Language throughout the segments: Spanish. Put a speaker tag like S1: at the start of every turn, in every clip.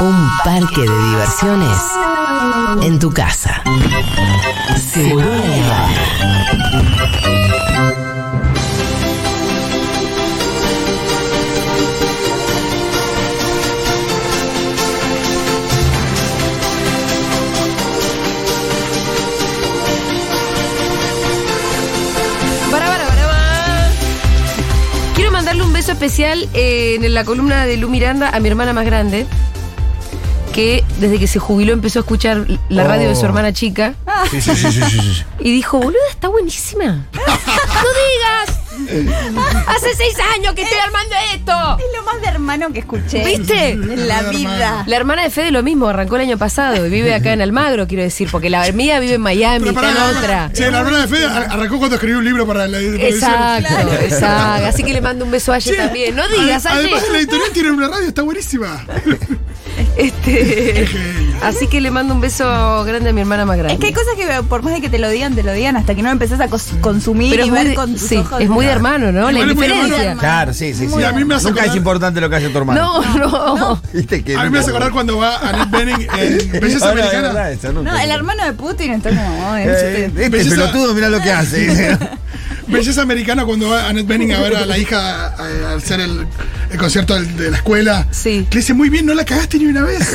S1: Un parque de diversiones en tu casa. Seguro Nevada.
S2: Para, para, para, para. Quiero mandarle un beso especial eh, en la columna de Lu Miranda a mi hermana más grande, que desde que se jubiló empezó a escuchar la
S3: Oh.
S2: radio de su hermana chica
S3: Sí, sí, sí, sí, sí, sí, sí.
S2: y dijo, boluda, está buenísima. ¡No digas! Hace seis años que estoy armando esto.
S4: Es lo más de hermano que escuché.
S2: ¿Viste?
S4: En la vida.
S2: La hermana de Fede lo mismo, arrancó el año pasado y vive acá en Almagro, quiero decir, porque la mía vive en Miami, está
S3: Pero pará,
S2: en
S3: pará,
S2: otra.
S3: Sí, la hermana de Fede ar- arrancó cuando escribió un libro para la editorial.
S2: Exacto, exacto. Así que le mando un beso a Aye
S3: Sí.
S2: también. No digas,
S3: Ade-
S2: Aye.
S3: Además, la editorial tiene una radio, está buenísima.
S2: Este, así que le mando un beso grande a mi hermana más grande.
S4: Es que hay cosas que por más de que te lo digan, te lo digan hasta que no lo empezás a cos- consumir
S2: Pero
S4: y
S2: es muy,
S4: ver
S2: de,
S4: con tus
S2: sí,
S4: ojos.
S2: es muy de hermano, ¿no? La
S3: Igual es muy de
S2: indiferencia.
S3: hermano.
S5: Claro, sí, sí, sí.
S3: Y a mí me hace
S5: Nunca
S3: acordar-
S5: es importante lo que hace tu hermano.
S2: No, no.
S5: Viste que
S3: A mí me hace acordar cuando va Annette Bening en Belleza
S5: Ahora, es
S3: Americana.
S5: verdad eso, nunca.
S4: No, el hermano de Putin está como. oh,
S5: Eh,
S4: este-
S5: este
S3: Belleza-
S5: pelotudo, mira lo que hace.
S3: Belleza Americana cuando va Annette Bening a ver a la hija a- a hacer el, el concierto del- de la escuela.
S2: Sí.
S3: Que le dice, muy bien, no la cagaste ni una vez.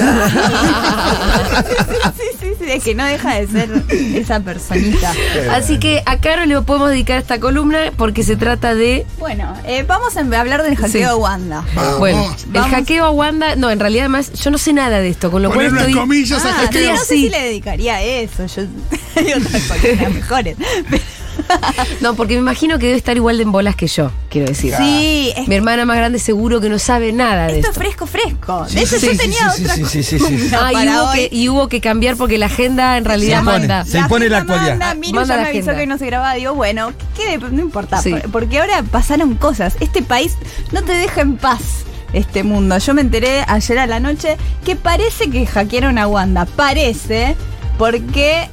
S5: eh,
S4: sí, sí, sí, es que no deja de ser esa personita.
S2: Así que a Caro le podemos dedicar esta columna porque se trata de.
S4: Bueno, eh, vamos a hablar del hackeo
S2: Sí.
S4: de Wanda.
S3: Vamos.
S2: Bueno, el
S4: Vamos.
S2: hackeo a Wanda. No, en realidad, además, yo no sé nada de esto, con lo
S3: Poner
S2: cual
S3: unas
S2: estoy.
S3: comillas al
S4: Ah,
S2: estoy
S3: hackeo.
S4: no sé
S2: así.
S4: si le dedicaría a eso. Yo hay otras cosas mejores. Pero-
S2: No, porque me imagino que debe estar igual de en bolas que yo, quiero decir.
S4: sí, es
S2: Mi hermana más grande seguro que no sabe nada de esto.
S4: Esto es fresco, fresco.
S5: Sí,
S4: de hecho,
S5: sí,
S4: yo
S5: sí,
S4: tenía
S5: sí,
S4: otra
S5: sí, sí, sí, sí, sí.
S4: columna
S2: Ah, y
S4: para
S2: hubo,
S4: hoy.
S2: que, y hubo que cambiar porque la agenda en realidad
S5: Se impone.
S2: manda.
S5: Se impone la
S4: agenda
S5: actualidad.
S4: manda, Miru
S2: Manda
S4: ya
S2: la
S4: me avisó
S2: agenda.
S4: que no se grababa. Digo, bueno, ¿qué, qué- no importa.
S2: Sí.
S4: por- Porque ahora pasaron cosas. Este país no te deja en paz. Este mundo. Yo me enteré ayer a la noche que parece que hackearon a Wanda. Parece, porque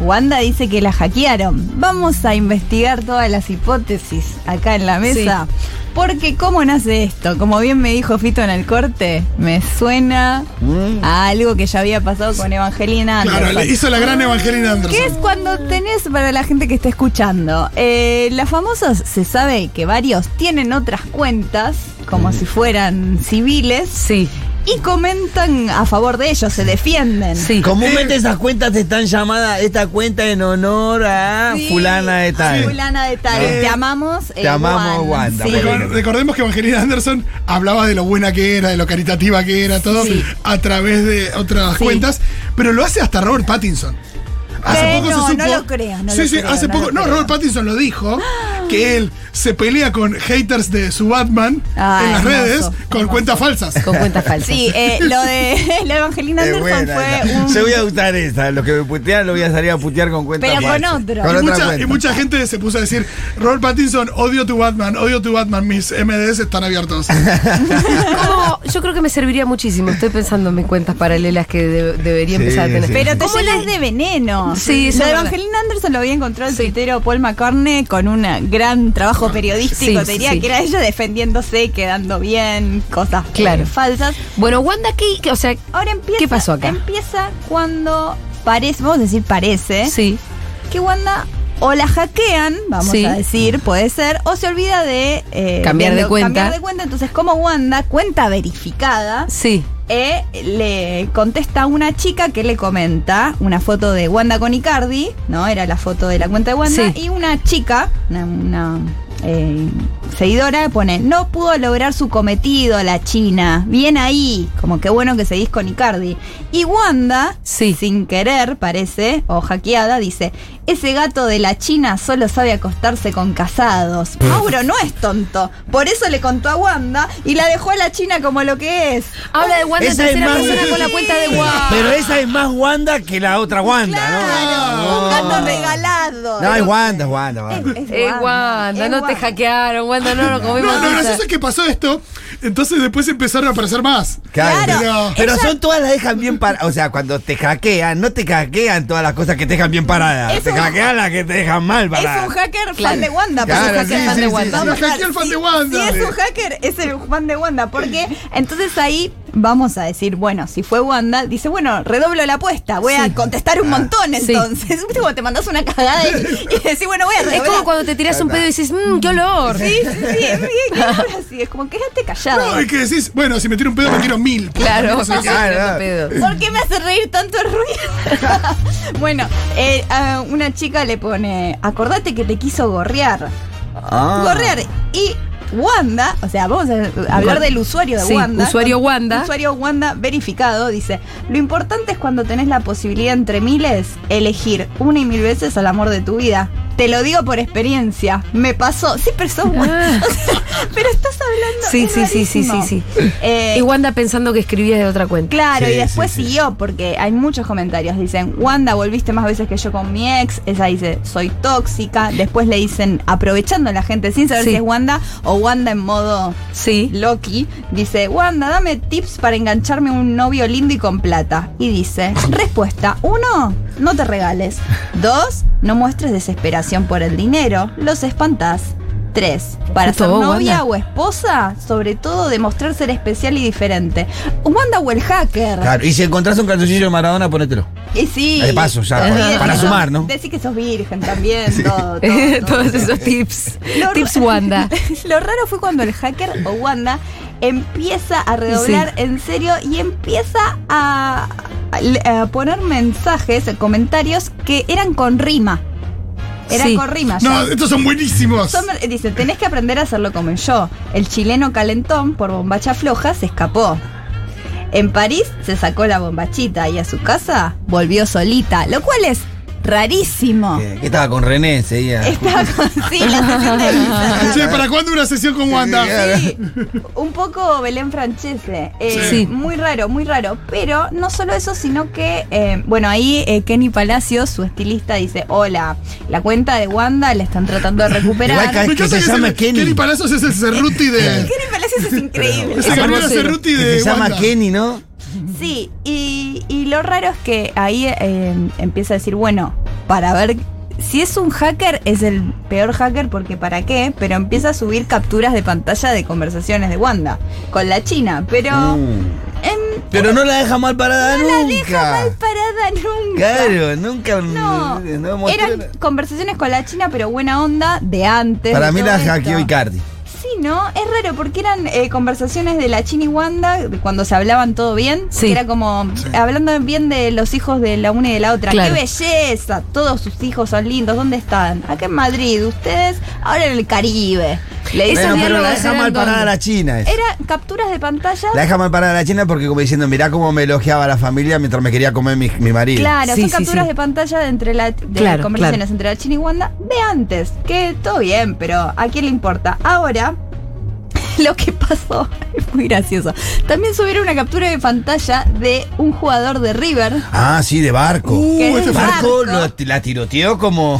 S4: Wanda dice que la hackearon. Vamos a investigar todas las hipótesis acá en la mesa. Porque, ¿cómo nace esto? Como bien me dijo Fito en el corte, me suena
S5: Mm.
S4: a algo que ya había pasado con Evangelina antes.
S3: Claro, le hizo la
S2: Ah.
S3: gran Evangelina Anderson.
S4: ¿Qué es cuando tenés para la gente que está escuchando? Eh, las famosas, se sabe que varios tienen otras cuentas, como si fueran civiles,
S2: Sí,
S4: y comentan a favor de ellos, se defienden.
S2: sí.
S5: Comúnmente esas cuentas te están llamadas esta cuenta en honor a
S4: Sí,
S5: Ah, fulana de tal.
S4: Fulana de tal.
S3: Eh,
S4: te amamos.
S5: te amamos, Wanda,
S4: sí.
S5: por
S3: Recor- Recordemos que Evangelina Anderson hablaba de lo buena que era, de lo caritativa que era, todo
S2: Sí.
S3: a través de otras
S4: Sí.
S3: cuentas, pero lo hace hasta Robert Pattinson.
S4: Eh, no, no lo creo, no
S3: sí,
S4: lo
S3: sí,
S4: creo,
S3: hace
S4: no
S3: poco.
S4: lo
S3: No,
S4: creo.
S3: Robert Pattinson lo dijo que él se pelea con haters de su Batman
S4: Ah,
S3: en las
S4: hermoso,
S3: redes con
S4: hermoso.
S3: cuentas falsas.
S2: Con cuentas falsas.
S4: Sí, eh, lo de la Evangelina
S5: Es
S4: Anderson
S5: buena
S4: fue
S5: esa.
S4: un.
S5: Se voy a gustar esa. Los que me putean, lo voy a salir a putear con cuenta.
S4: Pero con
S5: falsa.
S4: otro.
S5: Con
S3: Y
S5: otra
S3: mucha,
S5: cuenta.
S3: y mucha gente se puso a decir, Robert Pattinson, odio tu Batman, odio tu Batman, mis MDs están abiertos.
S2: ¿Cómo? Yo creo que me serviría muchísimo. Estoy pensando en mis cuentas paralelas que de- debería
S5: Sí,
S2: empezar a tener.
S5: sí.
S4: Pero te
S2: ¿Cómo
S4: llenas de veneno.
S2: Sí, eso
S4: Lo
S2: es
S4: de
S2: verdad.
S4: Evangelina Anderson lo había encontrado el tuitero Paul McCartney con un gran trabajo periodístico.
S2: Sí,
S4: Te diría
S2: sí.
S4: que era ella defendiéndose, quedando bien, cosas
S2: Claro.
S4: eh, falsas.
S2: Bueno, Wanda, ¿qué? qué- O sea, ¿eh?
S4: Ahora empieza.
S2: ¿Qué pasó acá?
S4: Empieza cuando parece, vamos a decir parece,
S2: sí.
S4: que Wanda o la hackean, vamos
S2: Sí.
S4: a decir, puede ser, o se olvida de eh,
S2: Cambiar de
S4: lo-
S2: cuenta.
S4: Cambiar de cuenta. Entonces, como Wanda, cuenta verificada.
S2: Sí.
S4: Eh, le contesta a una chica que le comenta una foto de Wanda con Icardi, ¿no? Era la foto de la cuenta de Wanda.
S2: Sí.
S4: Y una chica, una, una, eh, seguidora, pone, no pudo lograr su cometido la China. Bien ahí, como que bueno que seguís con Icardi. Y Wanda,
S2: Sí.
S4: sin querer, parece, o hackeada, dice, ese gato de la China solo sabe acostarse con casados. Mauro no es tonto. Por eso le contó a Wanda y la dejó a la China como lo que es.
S2: Habla de Ah, Wanda en
S5: Esa es
S2: tercera
S5: más.
S2: persona con la cuenta de Wanda.
S5: Pero esa es más Wanda que la otra Wanda,
S4: Claro,
S5: ¿no?
S4: un gato regalado.
S5: No, es Wanda, es Wanda. Wanda.
S4: Es- es
S2: Eh, Wanda,
S4: es
S2: no te
S4: Wanda.
S2: hackearon, Wanda, no lo comimos.
S3: No, lo
S2: esa.
S3: gracioso es que pasó esto, entonces después empezaron a aparecer más.
S4: Claro.
S3: Pero-
S5: Pero son todas las dejan bien paradas. O sea, cuando te hackean, no te hackean todas las cosas que te dejan bien paradas.
S4: Es
S5: Te
S4: un-
S5: hackean las que te dejan mal
S4: Es
S5: paradas.
S4: un hacker fan de Wanda,
S5: Claro,
S4: porque es
S5: sí,
S4: hacker fan
S5: sí,
S4: de
S5: sí,
S4: Wanda.
S5: sí,
S3: sí. Lo hackeó el fan de Wanda.
S4: Si es un hacker, es el fan de Wanda, porque entonces ahí vamos a decir, bueno, si fue Wanda, dice, bueno, redoblo la apuesta, voy a contestar un montón
S2: Sí.
S4: entonces. ¿Viste cómo te mandas una cagada y, y decís, bueno, voy a
S2: Es
S4: redoblar?
S2: como cuando te tiras un pedo y dices, mmm, qué olor.
S4: Sí, sí, sí, es bien, claro, así, es como quédate callado.
S3: No, y que decís, bueno, si me tiro un pedo me tiro mil.
S2: Claro,
S3: Eso es-
S5: Claro.
S2: tirando pedo.
S4: ¿Por qué me hace reír tanto el ruido? bueno, eh, a una chica le pone, acordate que te quiso gorrear.
S5: Ah.
S4: Gorrear. Y Wanda, o sea, vamos a hablar
S2: Gor-
S4: del usuario de
S2: Sí,
S4: Wanda.
S2: usuario Wanda.
S4: Usuario Wanda verificado, dice, lo importante es cuando tenés la posibilidad entre miles, elegir una y mil veces al amor de tu vida. Te lo digo por experiencia, me pasó. Sí, pero sos Wanda. pero estás hablando.
S2: Sí,
S4: es
S2: sí, sí, sí,
S4: rarísimo.
S2: sí,
S4: Eh,
S2: Y Wanda pensando que escribías de otra cuenta.
S4: Claro,
S5: Sí,
S4: y después
S5: sí, sí.
S4: siguió, porque hay muchos comentarios. Dicen, Wanda, volviste más veces que yo con mi ex. Esa dice, soy tóxica. Después le dicen, aprovechando a la gente sin saber
S2: Sí.
S4: si es Wanda o Wanda en modo
S2: Sí.
S4: Loki. Dice, Wanda, dame tips para engancharme a un novio lindo y con plata. Y dice, respuesta, uno, no te regales. Dos, no muestres desesperación por el dinero. Los espantás. Tres, Para
S2: Justo
S4: ser
S2: vos,
S4: novia
S2: Wanda.
S4: o esposa, sobre todo demostrar ser especial y diferente. Wanda o el hacker.
S5: Claro, y si encontrás un calzoncillo de Maradona, ponételo.
S4: Y sí.
S5: De paso, ya, para-
S4: decir
S5: para
S4: que
S5: sumar,
S4: sos-
S5: ¿no?
S4: Decir que sos virgen también, todo, todo, todo.
S2: Todos esos tips.
S4: Lo-
S2: Tips Wanda.
S4: Lo raro fue cuando el hacker o Wanda empieza a redoblar en serio y empieza a, a- a poner mensajes, comentarios que eran con rima. Eran
S2: Sí.
S4: con rima. ya.
S3: No, estos son buenísimos.
S4: Son- dice, tenés que aprender a hacerlo como yo. El chileno calentón, por bombacha floja, se escapó. En París se sacó la bombachita y a su casa volvió solita, lo cual es rarísimo.
S5: Eh, que estaba con René ese día.
S4: Estaba con sí, la sesión de Lisa.
S3: Che, ¿para cuándo una sesión con Wanda?
S4: Sí, un poco Belén Francese. Eh,
S2: Sí.
S4: Muy raro, muy raro. Pero no solo eso, sino que, eh, bueno, ahí eh, Kenny Palacios, su estilista, dice, hola, la cuenta de Wanda la están tratando de recuperar.
S5: Igual ca-
S3: Me
S5: que
S3: encanta
S5: se
S3: que
S5: llama
S3: ese-
S5: Kenny.
S3: Kenny Palazos es el Cerruti de.
S4: Kenny Palacios es increíble.
S3: Ese Gabriel
S2: vocero.
S3: Cerruti
S5: Que
S3: de.
S5: se llama
S3: Wanda.
S5: Kenny, ¿no?
S4: Sí, y, y lo raro es que ahí eh, empieza a decir, bueno, para ver si es un hacker, es el peor hacker porque para qué, pero empieza a subir capturas de pantalla de conversaciones de Wanda con la China, pero
S2: Mm.
S4: em,
S5: Mm. Pero no la deja mal parada
S4: no
S5: nunca.
S4: la deja mal parada nunca.
S5: Claro, nunca.
S4: No,
S5: eh, no mostró
S4: eran
S5: la-
S4: conversaciones con la China, pero buena onda de antes.
S5: Para
S4: de
S5: mí
S4: todo
S5: la
S4: esto.
S5: hackeó Icardi.
S4: Sí, ¿no? Es raro, porque eran eh, conversaciones de la China y Wanda, de cuando se hablaban todo bien.
S2: Sí.
S4: que Era como hablando bien de los hijos de la una y de la otra.
S2: Claro.
S4: ¡Qué belleza! Todos sus hijos son lindos. ¿Dónde están? Acá en Madrid. Ustedes ahora en el Caribe. Le
S2: Esos
S5: Bueno,
S4: dicen-
S5: pero
S2: diálogos
S5: la deja
S2: eran
S5: mal parada
S2: donde-
S5: la China. esa.
S4: Era capturas de pantalla.
S5: La deja mal parada la China porque como diciendo, mirá cómo me elogiaba la familia mientras me quería comer mi, mi marido.
S4: Claro,
S2: Sí,
S4: son
S2: sí,
S4: capturas
S2: sí.
S4: de pantalla de entre la de
S2: Claro,
S4: conversaciones
S2: claro.
S4: entre la China y Wanda de antes, que todo bien, pero ¿a quién le importa? Ahora lo que pasó es muy gracioso. También subieron una captura de pantalla de un jugador de River.
S5: Ah, sí, de barco.
S4: Que es
S5: este
S4: de
S5: barco
S4: barco.
S5: lo ti- la tiroteó como.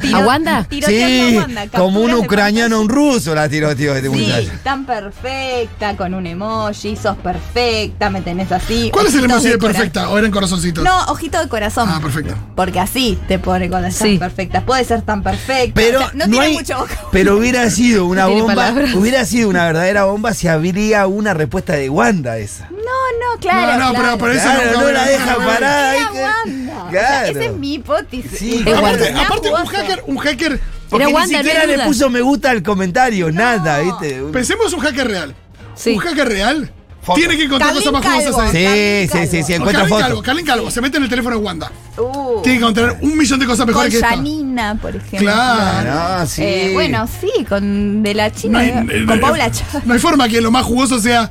S4: Tiro-
S2: ¿A Wanda?
S4: tiroteando
S5: Sí,
S4: a Wanda,
S5: como un
S4: capturas de
S5: ucraniano, un ruso la tiroteó este
S4: pantalla. Sí,
S5: muchacho.
S4: tan perfecta, con un emoji, sos perfecta, me tenés así.
S3: ¿Cuál es el
S4: ojitos
S3: emoji de
S4: cora-
S3: perfecta? ¿O eran corazoncitos?
S4: No, ojito de corazón.
S3: Ah, perfecto.
S4: Porque así te pone cuando estás
S2: Sí.
S4: perfecta. Puede ser tan perfecta.
S5: Pero
S4: O sea, no,
S5: no
S4: tiene
S5: hay-
S4: mucho vocabulario.
S5: Pero hubiera sido una
S2: No tiene
S5: bomba,
S2: palabras.
S5: hubiera sido una verdadera bomba si habría una respuesta de Wanda esa.
S4: No, no, claro.
S3: No, no,
S4: claro.
S3: pero- pero eso
S5: Claro,
S3: nunca
S5: no
S3: hubiera-
S5: la deja
S3: nunca hubiera-
S5: parada. hay
S4: Era
S5: que-
S4: Wanda. O sea,
S5: Claro.
S4: esa es mi hipótesis.
S5: Sí,
S4: Y
S2: Es
S3: Aparte,
S2: Wanda.
S3: aparte un
S4: jugoso.
S3: hacker, un hacker.
S5: Porque
S2: Era
S5: ni
S2: Wanda,
S5: siquiera
S2: no hay
S5: le
S2: duda.
S5: puso me gusta al comentario, nada, ¿viste?
S3: Pensemos un hacker real.
S2: Sí.
S3: Un hacker real
S5: Foto.
S3: tiene que encontrar
S4: Carlín
S3: cosas más
S4: Calvo.
S3: jugosas ahí.
S5: Sí, sí, sí, sí,
S3: O
S5: encuentra
S3: Carlín Calvo,
S5: fotos.
S3: Carlín Calvo, se mete en el teléfono de Wanda.
S4: Uh,
S3: Tiene que encontrar un millón de cosas
S4: con
S3: mejores que esta.
S4: Janina, por ejemplo.
S3: Claro.
S5: No, sí.
S4: Eh, bueno, sí, con de la China.
S3: eh,
S4: con
S3: eh,
S4: Paula Chávez.
S3: no hay forma que lo más jugoso sea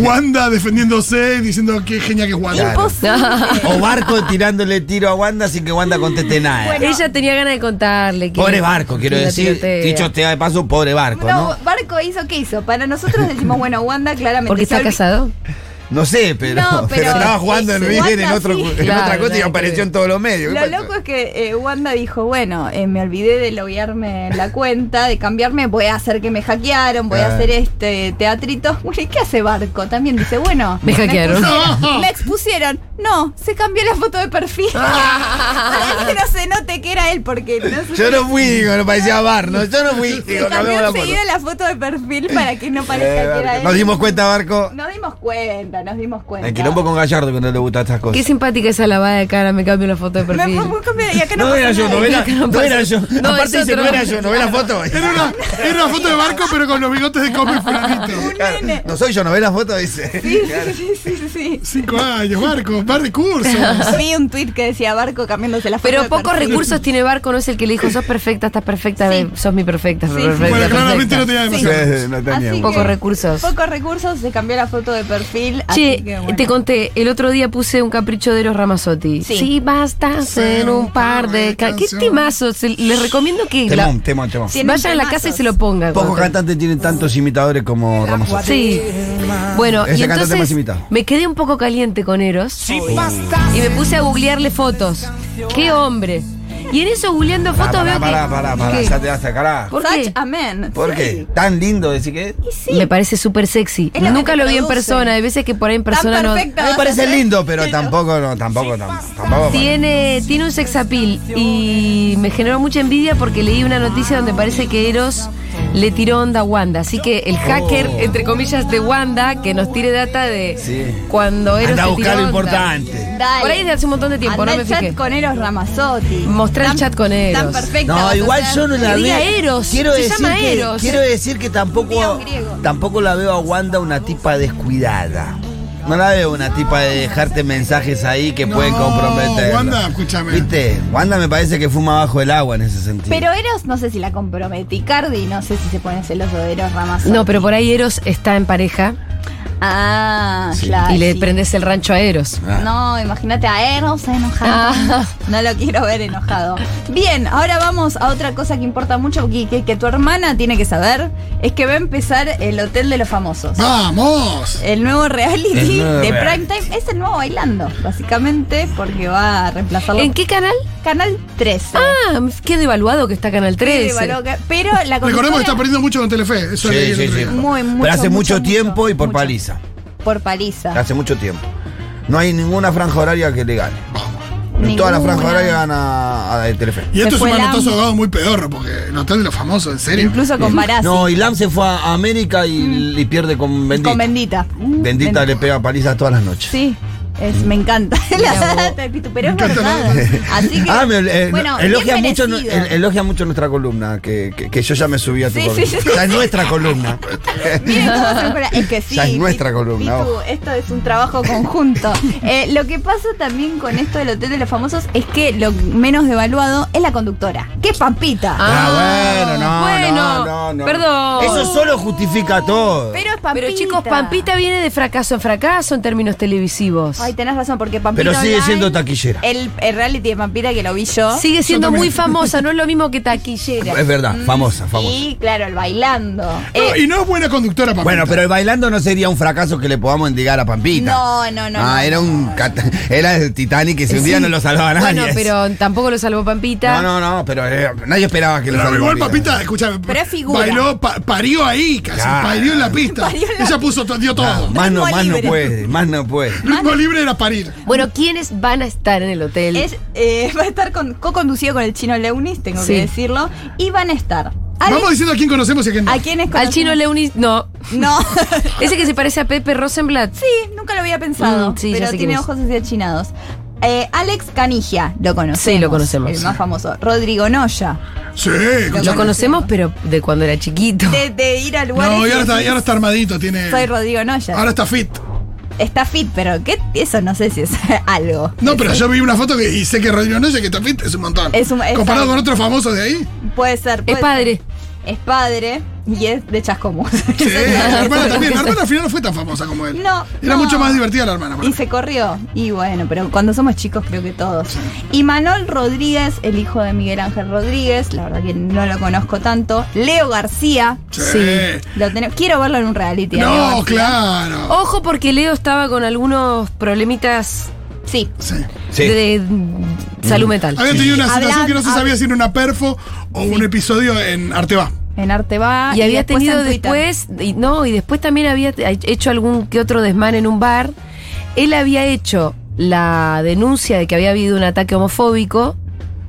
S3: Wanda defendiéndose y diciendo qué genia que es Wanda.
S5: Claro.
S4: Imposible.
S5: O Barco tirándole tiro a Wanda sin que Wanda conteste nada.
S2: Ella tenía ganas de contarle. que-
S5: pobre Barco, quiero
S2: que la
S5: decir.
S2: tirotea.
S5: Dicho te de paso, pobre Barco,
S4: No,
S5: ¿no?
S4: Barco hizo qué hizo. Para nosotros decimos, bueno, Wanda claramente.
S2: Porque
S4: se
S2: está
S4: olvi-
S2: casado.
S5: No sé, pero,
S4: No, pero-
S5: estaba jugando en
S4: sí,
S5: River en,
S4: Wanda
S5: otro,
S4: sí.
S5: en
S2: Claro,
S5: otra cosa y
S2: nada que
S5: apareció
S2: ver.
S5: en todos los medios. ¿Qué
S4: Lo
S5: pasa?
S4: loco es que eh, Wanda dijo, bueno, eh, me olvidé de loguearme en la cuenta, de cambiarme, voy a hacer que me hackearon, voy
S5: Claro.
S4: a hacer este teatrito. Bueno, ¿y qué hace Barco? También dice, bueno,
S2: Me hackearon.
S3: No.
S4: Me expusieron. No, se cambió la foto de perfil. Para que no se note que era él, porque no se
S5: Yo no fui, digo, no parecía bar, ¿no? Yo no fui,
S4: se
S5: digo,
S4: cambió
S5: cambiamos la foto.
S4: enseguida la foto de perfil para que no parezca
S5: Eh,
S4: que era
S5: Barco.
S4: él.
S5: Nos dimos cuenta, Barco.
S4: Nos dimos dimos cuenta, nos dimos cuenta.
S5: El quilombo con Gallardo que no le gustan estas
S2: Qué
S5: cosas.
S2: simpática esa lavada de cara, me cambio la foto de
S4: Me
S2: perfil.
S4: fue muy cambiada y acá no,
S5: No era
S4: pasa
S5: yo,
S4: nada.
S5: no era, no era yo.
S2: No, es
S5: Aparte dice,
S2: otro.
S5: no era yo, no ve la foto.
S3: Era una, era una foto de barco, pero con los bigotes de Come Fulanito.
S5: Claro,
S4: nene.
S5: No soy yo, no ve la foto, dice.
S4: Sí, sí, sí, sí, sí.
S3: Cinco años, barco, más recursos.
S4: Vi un tweet que decía Barco cambiándose la foto
S2: Pero
S4: de
S2: pocos
S4: perfil.
S2: recursos tiene Barco, no es el que le dijo, sos perfecta, estás perfecta,
S4: Sí.
S2: ven, sos mi perfecta.
S4: Sí, sí.
S2: perfecta,
S3: Bueno, claramente
S2: perfecta.
S3: no tenía
S5: Sí,
S3: demasiado.
S5: no tenía
S4: Así
S5: mucho.
S2: Pocos recursos.
S4: Pocos recursos, se cambió la foto de perfil. así
S2: Che,
S4: que bueno.
S2: te conté, el otro día puse un capricho de Eros Ramazzotti.
S4: Sí.
S2: Si bastas en un par de... ca- ¿Qué
S3: canciones.
S2: timazos? Se- Les recomiendo que la-
S5: Temón, temón, temón.
S2: si vayan a la casa y se lo pongan.
S5: Pocos
S2: cuando-
S5: cantantes tienen tantos imitadores como Ramos.
S2: Sí. Bueno,
S5: Ese
S2: y
S5: cantante
S2: entonces
S5: más imitado.
S2: me quedé un poco caliente con Eros. Y me puse a googlearle fotos. ¡Qué hombre! Y en eso googleando
S5: Pará,
S6: Ah,
S2: fotos
S5: pará,
S2: veo
S5: pará,
S2: que...
S5: pará, pará,
S2: ¿Qué?
S5: ya te vas a carajo.
S2: ¿Por
S4: Such
S2: qué?
S4: a man.
S5: ¿Por
S4: Sí.
S5: qué? Tan lindo decir que.
S4: Y sí,
S2: Me parece súper sexy.
S4: Es lo que
S2: Nunca
S4: te
S2: lo vi en
S4: produce.
S2: persona. Hay veces que por ahí en
S4: tan
S2: persona no...
S4: perfecta
S5: A mí me
S4: vas
S5: parece
S4: a ser,
S5: lindo, pero tampoco, no, tampoco, tam- tampoco.
S2: Tiene, tiene un sex appeal y me generó mucha envidia porque leí una noticia donde parece que Eros le tiró onda a Wanda. Así que el hacker,
S5: Oh.
S2: entre comillas, de Wanda, que nos tire data de
S5: Sí.
S2: cuando Eros
S5: Anda a
S2: le tiró
S5: buscar lo
S2: onda.
S5: importante.
S4: Dale.
S2: Por ahí desde hace un montón de tiempo,
S4: Andá
S2: no me
S4: al chat
S2: fijé.
S4: con Eros Ramazzotti.
S2: Mostrá el
S4: Tan-
S2: chat con Eros.
S4: Tan perfecta. vas
S6: No,
S4: a
S6: igual
S4: ser.
S6: yo no la
S2: Que diga
S6: veo.
S2: Eros,
S6: Quiero
S2: se
S6: decir
S2: llama
S6: que,
S2: Eros.
S6: Quiero decir que
S4: Dios
S6: tampoco,
S4: griego.
S6: tampoco la veo a Wanda una tipa descuidada. No la veo una tipa de dejarte mensajes ahí que pueden
S3: No,
S6: comprometer.
S3: Wanda, escúchame.
S6: ¿Viste? Wanda me parece que fuma bajo el agua en ese sentido.
S4: Pero Eros, no sé si la comprometí. Cardi, no sé si se pone celoso de Eros Ramazzotti.
S2: No, pero por ahí Eros está en pareja
S4: Ah, claro.
S2: y le
S4: sí.
S2: prendes el rancho a Eros.
S5: Ah.
S6: Ah.
S4: No, imagínate a Eros enojado.
S2: Ah.
S4: No lo quiero ver enojado. Bien, ahora vamos a otra cosa que importa mucho que, que- que tu hermana tiene que saber. Es que va a empezar el Hotel de los Famosos.
S3: ¡Vamos!
S4: El nuevo reality
S5: El nuevo
S4: de
S5: reality.
S4: Primetime es el nuevo bailando, básicamente, porque va a reemplazarlo.
S2: ¿En qué canal?
S4: Canal 13.
S2: Ah, qué devaluado que está Canal 13.
S4: Sí, bueno, que- Pero la
S3: Recordemos que está
S4: conductora-
S3: perdiendo mucho con Telefe. Eso leí
S5: Sí,
S3: el
S5: sí,
S3: otro
S5: sí.
S3: día.
S4: Muy, mucho,
S5: pero hace mucho, tiempo y por
S4: mucho.
S5: paliza.
S4: Por paliza.
S5: Hace mucho tiempo. No hay ninguna franja horaria que le gane. En todas las
S4: Ninguna.
S5: franjas horarias gana a, a Telefe.
S3: Y
S4: Se
S3: esto es
S4: fue
S3: un
S4: el
S3: manotazo
S4: hambre.
S3: ahogado muy pedorro, porque el hotel de los famosos, en serio.
S4: Incluso con Barassi.
S5: No, y Lam se fue a América y, y pierde con Bendita.
S4: Mm. con Bendita.
S5: Bendita le pega palizas todas las noches.
S4: Sí, es, me encanta la data de Pitu, pero es verdad. Así que,
S5: Ah, me- eh,
S4: bueno,
S5: elogia,
S4: bien
S5: mucho,
S4: merecido.
S5: el- elogia mucho nuestra columna, que, que- que yo ya me subí a tu
S4: Sí,
S5: columna.
S4: sí, sí.
S5: Ya es nuestra columna.
S4: Miren cómo se mejora. Es que sí.
S5: Ya es nuestra
S4: Pitu,
S5: columna,
S4: Pitu,
S5: ojo.
S4: esto es un trabajo conjunto. Eh, lo que pasa también con esto del Hotel de los Famosos es que lo menos devaluado es la conductora, que es Pampita.
S5: Ah, bueno, no,
S2: bueno,
S5: no, no, no.
S2: Perdón.
S5: Eso solo justifica todo.
S4: Pero es Pampita.
S2: Pero chicos, Pampita viene de fracaso en fracaso en términos televisivos.
S4: Ay, tenés razón, porque Pampita.
S5: Pero sigue
S4: Online,
S5: siendo taquillera.
S4: El, el reality de Pampita que lo vi yo.
S2: Sigue siendo muy
S3: también.
S2: famosa, no es lo mismo que taquillera.
S5: es verdad, famosa, famosa.
S4: Y claro, el bailando. Eh,
S3: No, y no es buena conductora, papá.
S5: Bueno, pero el bailando no sería un fracaso que le podamos indigar a Pampita.
S4: No, no, no,
S5: Ah,
S4: no.
S5: era un cata- era el Titanic que si un día no lo salvaba nadie.
S2: Bueno, pero tampoco lo salvó Pampita.
S5: No, no, no, pero eh, nadie esperaba que lo
S3: Pero
S5: salvara.
S3: igual, papita, escúchame.
S4: Pero es figura.
S3: Bailó, pa- parió ahí, casi.
S5: Claro.
S3: Parió en la pista.
S4: Parió en la-
S3: Ella puso, to- dio
S5: No,
S3: todo.
S5: más no,
S4: Ritmo
S5: más no
S4: libre.
S5: puede, más no puede.
S3: Ritmo libre era parir.
S2: Bueno, ¿quiénes van a estar en el hotel?
S4: Es, eh, va a estar con- co-conducido con el chino Leunis, tengo
S2: Sí.
S4: que decirlo. Y van a estar. Ale-
S3: Vamos diciendo a quién conocemos y a quién no.
S4: ¿A quiénes
S2: Al
S4: conocemos?
S2: chino Leonis. No.
S4: No.
S2: Ese que se parece a Pepe Rosenblatt.
S4: sí, nunca lo había pensado.
S2: Mm, sí, ya
S4: pero
S2: sé quién
S4: tiene
S2: es.
S4: ojos así achinados. Eh, Alex Canigia, lo conocemos.
S2: Sí, lo conocemos.
S4: El más famoso. Rodrigo Noya.
S3: Sí,
S2: Lo
S3: escúchame.
S2: conocemos, pero de cuando era chiquito.
S4: De, de ir a lugares.
S3: No, y
S4: y
S3: ahora está, y
S4: decir,
S3: ahora está armadito, tiene.
S4: Soy Rodrigo Noya.
S3: Ahora está fit.
S4: Está fit, pero ¿qué? eso no sé si es algo.
S3: No, pero yo vi una foto que, y sé que Rodrigo Noya, que está fit, es un montón.
S4: Es un- es-
S3: Comparado con otros famosos de ahí.
S4: Puede ser.
S2: Es
S4: puede
S2: padre.
S4: ser. Es padre y es de Chascomús.
S3: Sí, la hermana también. La hermana al final no fue tan famosa como él.
S4: No,
S3: Era
S4: no.
S3: mucho más divertida la hermana. por
S4: Y se corrió. Y bueno, pero cuando somos chicos creo que todos. Y Manol Rodríguez, el hijo de Miguel Ángel Rodríguez, la verdad que no lo conozco tanto. Leo García,
S3: ejemplo. Sí.
S4: lo tenemos. Quiero verlo en un reality. a Leo
S3: No,
S4: García. Oh.
S3: claro.
S2: Ojo porque Leo estaba con algunos problemitas
S4: Sí.
S3: Sí.
S5: Sí.
S2: de mm, salud mental.
S3: Había tenido una situación
S4: Hablan-
S3: que no se
S4: hab-
S3: sabía si era una perfo o un episodio en Arteba.
S4: En Arte va.
S2: Y, había
S4: Ah, después
S2: tenido
S4: en Twitter.
S2: después, y no, y después también había te- hecho algún que otro desmán en un bar. Él había hecho la denuncia de que había habido un ataque homofóbico,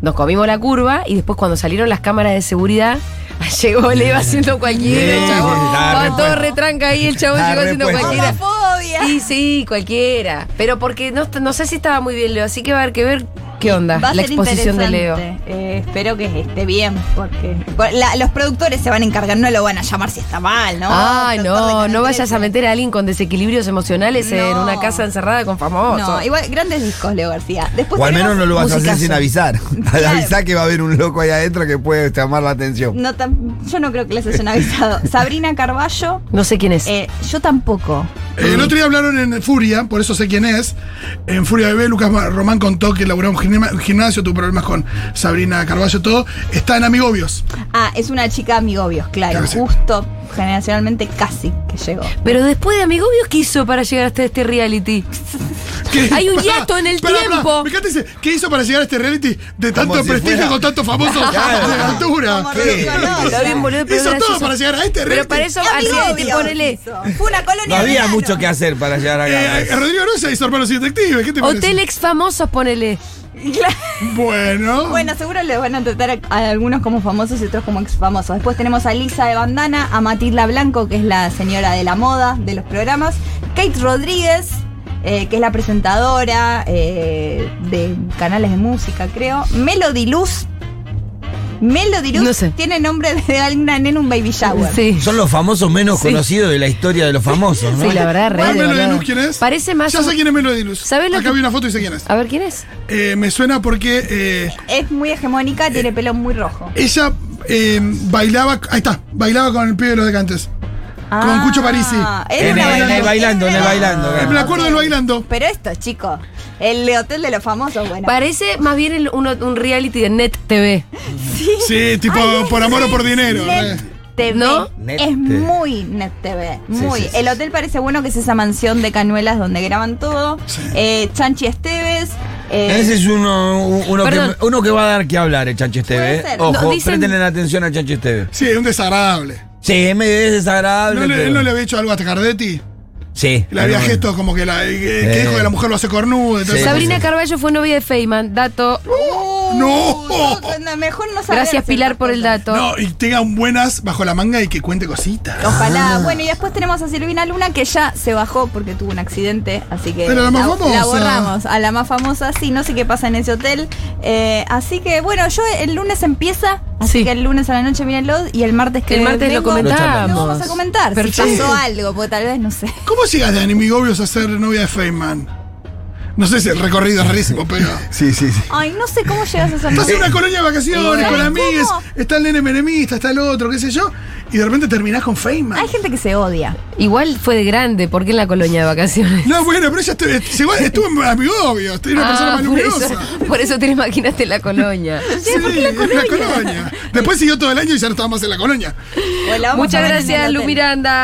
S2: nos comimos la curva y después cuando salieron las cámaras de seguridad, llegó Leo haciendo cualquiera,
S5: Bien,
S2: el chabón.
S5: la
S2: Estaba
S5: respuesta.
S2: todo retranca ahí, el chabón
S5: La
S2: llegó haciendo
S5: respuesta.
S2: cualquiera.
S4: ¡Homofobia!
S2: Y sí, cualquiera. Pero porque no, no sé si estaba muy bien Leo, así que va a haber que ver qué onda
S4: Va a
S2: la
S4: ser
S2: exposición de Leo.
S4: interesante. Eh, espero que esté bien, porque por- la- los productores se van a encargar, no lo van a llamar si está mal, ¿no?
S2: Ah,
S4: Doctor de
S2: no,
S4: Canal
S2: no
S4: 13.
S2: vayas a meter a alguien con desequilibrios emocionales en
S4: No.
S2: una casa encerrada con famosos.
S4: No, igual, grandes discos, Leo García. Después
S6: O al menos no
S4: tenemos-
S6: lo vas a hacer
S2: musicazo.
S6: sin avisar.
S4: Claro.
S6: Avisá que va a haber un loco ahí adentro que puede llamar la atención.
S4: no tan- yo no creo que les hayan avisado. Sabrina Carballo,
S2: No sé quién es.
S4: eh, yo tampoco.
S3: El
S2: Eh.
S3: otro día hablaron en Furia, por eso sé quién es. En Furia Bebé, Lucas Ma- Román contó que laburaba en un gimna- un gimnasio, tuvo problemas con Sabrina Carballo, todo. Está en Amigobios.
S4: Ah, es una chica amigobios, claro.
S3: Claro, sí.
S4: Justo, generacionalmente, casi que llegó.
S2: Pero después de Amigobios, ¿qué hizo para llegar hasta este reality?
S3: ¿Qué-
S2: Hay un
S3: Pará,
S2: hiato en el
S3: pará, pará.
S2: tiempo.
S3: Me encanta ese, ¿Qué hizo para llegar a este reality de tanto
S6: Como si
S3: prestigio
S6: fuera-
S3: con tantos famosos
S6: Claro.
S3: de altura? Eh,
S4: Como Rodrigo Loza.
S2: Está bien, boludo, pero
S3: hizo todo
S2: gracioso.
S3: para llegar a este
S2: Pero
S3: reality.
S2: para eso,
S4: Amigobios.
S2: accidente, ponele.
S4: Fue una colonia.
S6: No
S4: de
S6: había
S4: verano.
S6: mucho que hacer para llegar acá.
S3: Eh, Rodrigo Rosa hizo hermanos y detectives. ¿Qué te parece?
S2: Hotel ex famosos, ponele.
S4: Claro.
S3: Bueno.
S4: Bueno, seguro les van a tratar a, a algunos como famosos y otros como ex famosos. Después tenemos a Lisa de Bandana, a Matilda Blanco, que es la señora de la moda de los programas, Kate Rodríguez, eh, que es la presentadora eh, de canales de música, creo, Melody Luz. Melody Luz
S2: No sé.
S4: tiene nombre de alguna nena en un baby shower.
S2: Sí.
S6: Son los famosos menos
S2: Sí.
S6: conocidos de la historia de los famosos, ¿no?
S2: Sí, la verdad, re.
S3: ¿Cuál
S2: de
S3: Melody
S2: boludo.
S3: Luz quién es?
S2: Parece más.
S3: Ya
S2: un-
S3: sé quién es Melody Luz.
S2: ¿Sabés lo
S3: Acá
S2: que-
S3: vi una foto y sé quién es.
S2: A ver quién es.
S3: Eh, me suena porque eh,
S4: Es muy hegemónica, tiene pelo muy rojo.
S3: ella eh, bailaba. Ahí está, bailaba con el pibe de los decantes. Con Cucho Parisi.
S4: Era
S6: En
S4: Ah, una
S6: el- en el bailando, en el
S4: era-
S6: bailando,
S3: Eh,
S6: claro.
S3: me acuerdo del bailando.
S4: Pero esto, chicos, el hotel de los famosos, bueno.
S2: Parece más bien el- uno- un reality de Net TV.
S3: Sí, tipo
S4: Ay,
S3: por amor o por
S4: Net-
S3: dinero.
S4: Net
S3: eh.
S4: TV.
S2: ¿No?
S6: Net
S4: es
S6: TV.
S4: muy Net TV. Muy.
S6: sí, sí,
S4: el hotel parece bueno que es esa mansión de canuelas donde graban todo. Eh, Chanchi Esteves. eh,
S6: Ese es uno, uno, que,
S2: Perdón.
S6: uno que va a dar que hablar, eh, el Chanches TV.
S4: Puede ser.
S6: Ojo,
S2: No, dicen-
S6: presten atención al Chanches TV.
S3: Sí, es un desagradable.
S6: Sí, es medio desagradable.
S3: ¿No le,
S6: pero-
S3: él no le había hecho algo a Tacardetti?
S6: Sí.
S3: Le había
S6: pero-
S3: gestos como que, la, que- que
S6: Eh.
S3: dijo que la mujer lo hace cornudo. y todo
S6: Sí.
S3: eso.
S2: Sabrina Carballo fue novia de Feynman. Dato.
S4: uh,
S3: ¡No!
S4: no, mejor no saber
S2: Gracias,
S4: hacer
S2: Pilar,
S4: esas
S2: por el
S4: cosas.
S2: dato.
S3: No, y tenga un buenas bajo la manga y que cuente cositas.
S6: Ah.
S4: Ojalá. Bueno, y después tenemos a Silvina Luna que ya se bajó porque tuvo un accidente, así que
S3: Pero la más famosa.
S4: la borramos. A la más famosa, sí, no sé qué pasa en ese hotel. Eh, así que bueno, yo el lunes empieza, así
S2: Sí.
S4: que el lunes a la noche mírenlo y el martes que
S2: El martes lo
S4: vengo,
S2: comentamos.
S4: Lo vamos a comentar.
S2: Perfecto.
S4: Si pasó algo, porque tal vez no sé.
S3: ¿Cómo llegas de Animigobios a ser novia de Feynman? No sé si el recorrido es rarísimo, pero.
S6: Sí, sí, sí.
S4: Ay, no sé cómo llegas a esa
S3: Estás en una
S4: noche.
S3: colonia de vacaciones
S4: ¿Sabes
S3: con amigues,
S4: Eh. cómo?
S3: está el nene menemista, está el otro, qué sé yo, y de repente terminás con Feynman.
S4: Hay gente que se odia.
S2: Igual fue de grande, porque en la colonia de vacaciones.
S3: No, bueno, pero ella estuve, estuvo en Amigobios, estoy una persona
S2: Ah, por eso,
S3: malhumorosa.
S2: por eso te imaginaste la colonia.
S3: Sí, en la colonia. Después siguió todo el año y ya no estábamos en la colonia.
S4: O la vamos a
S2: Muchas
S4: ver en el
S2: gracias, Lu
S4: hotel.
S2: Miranda.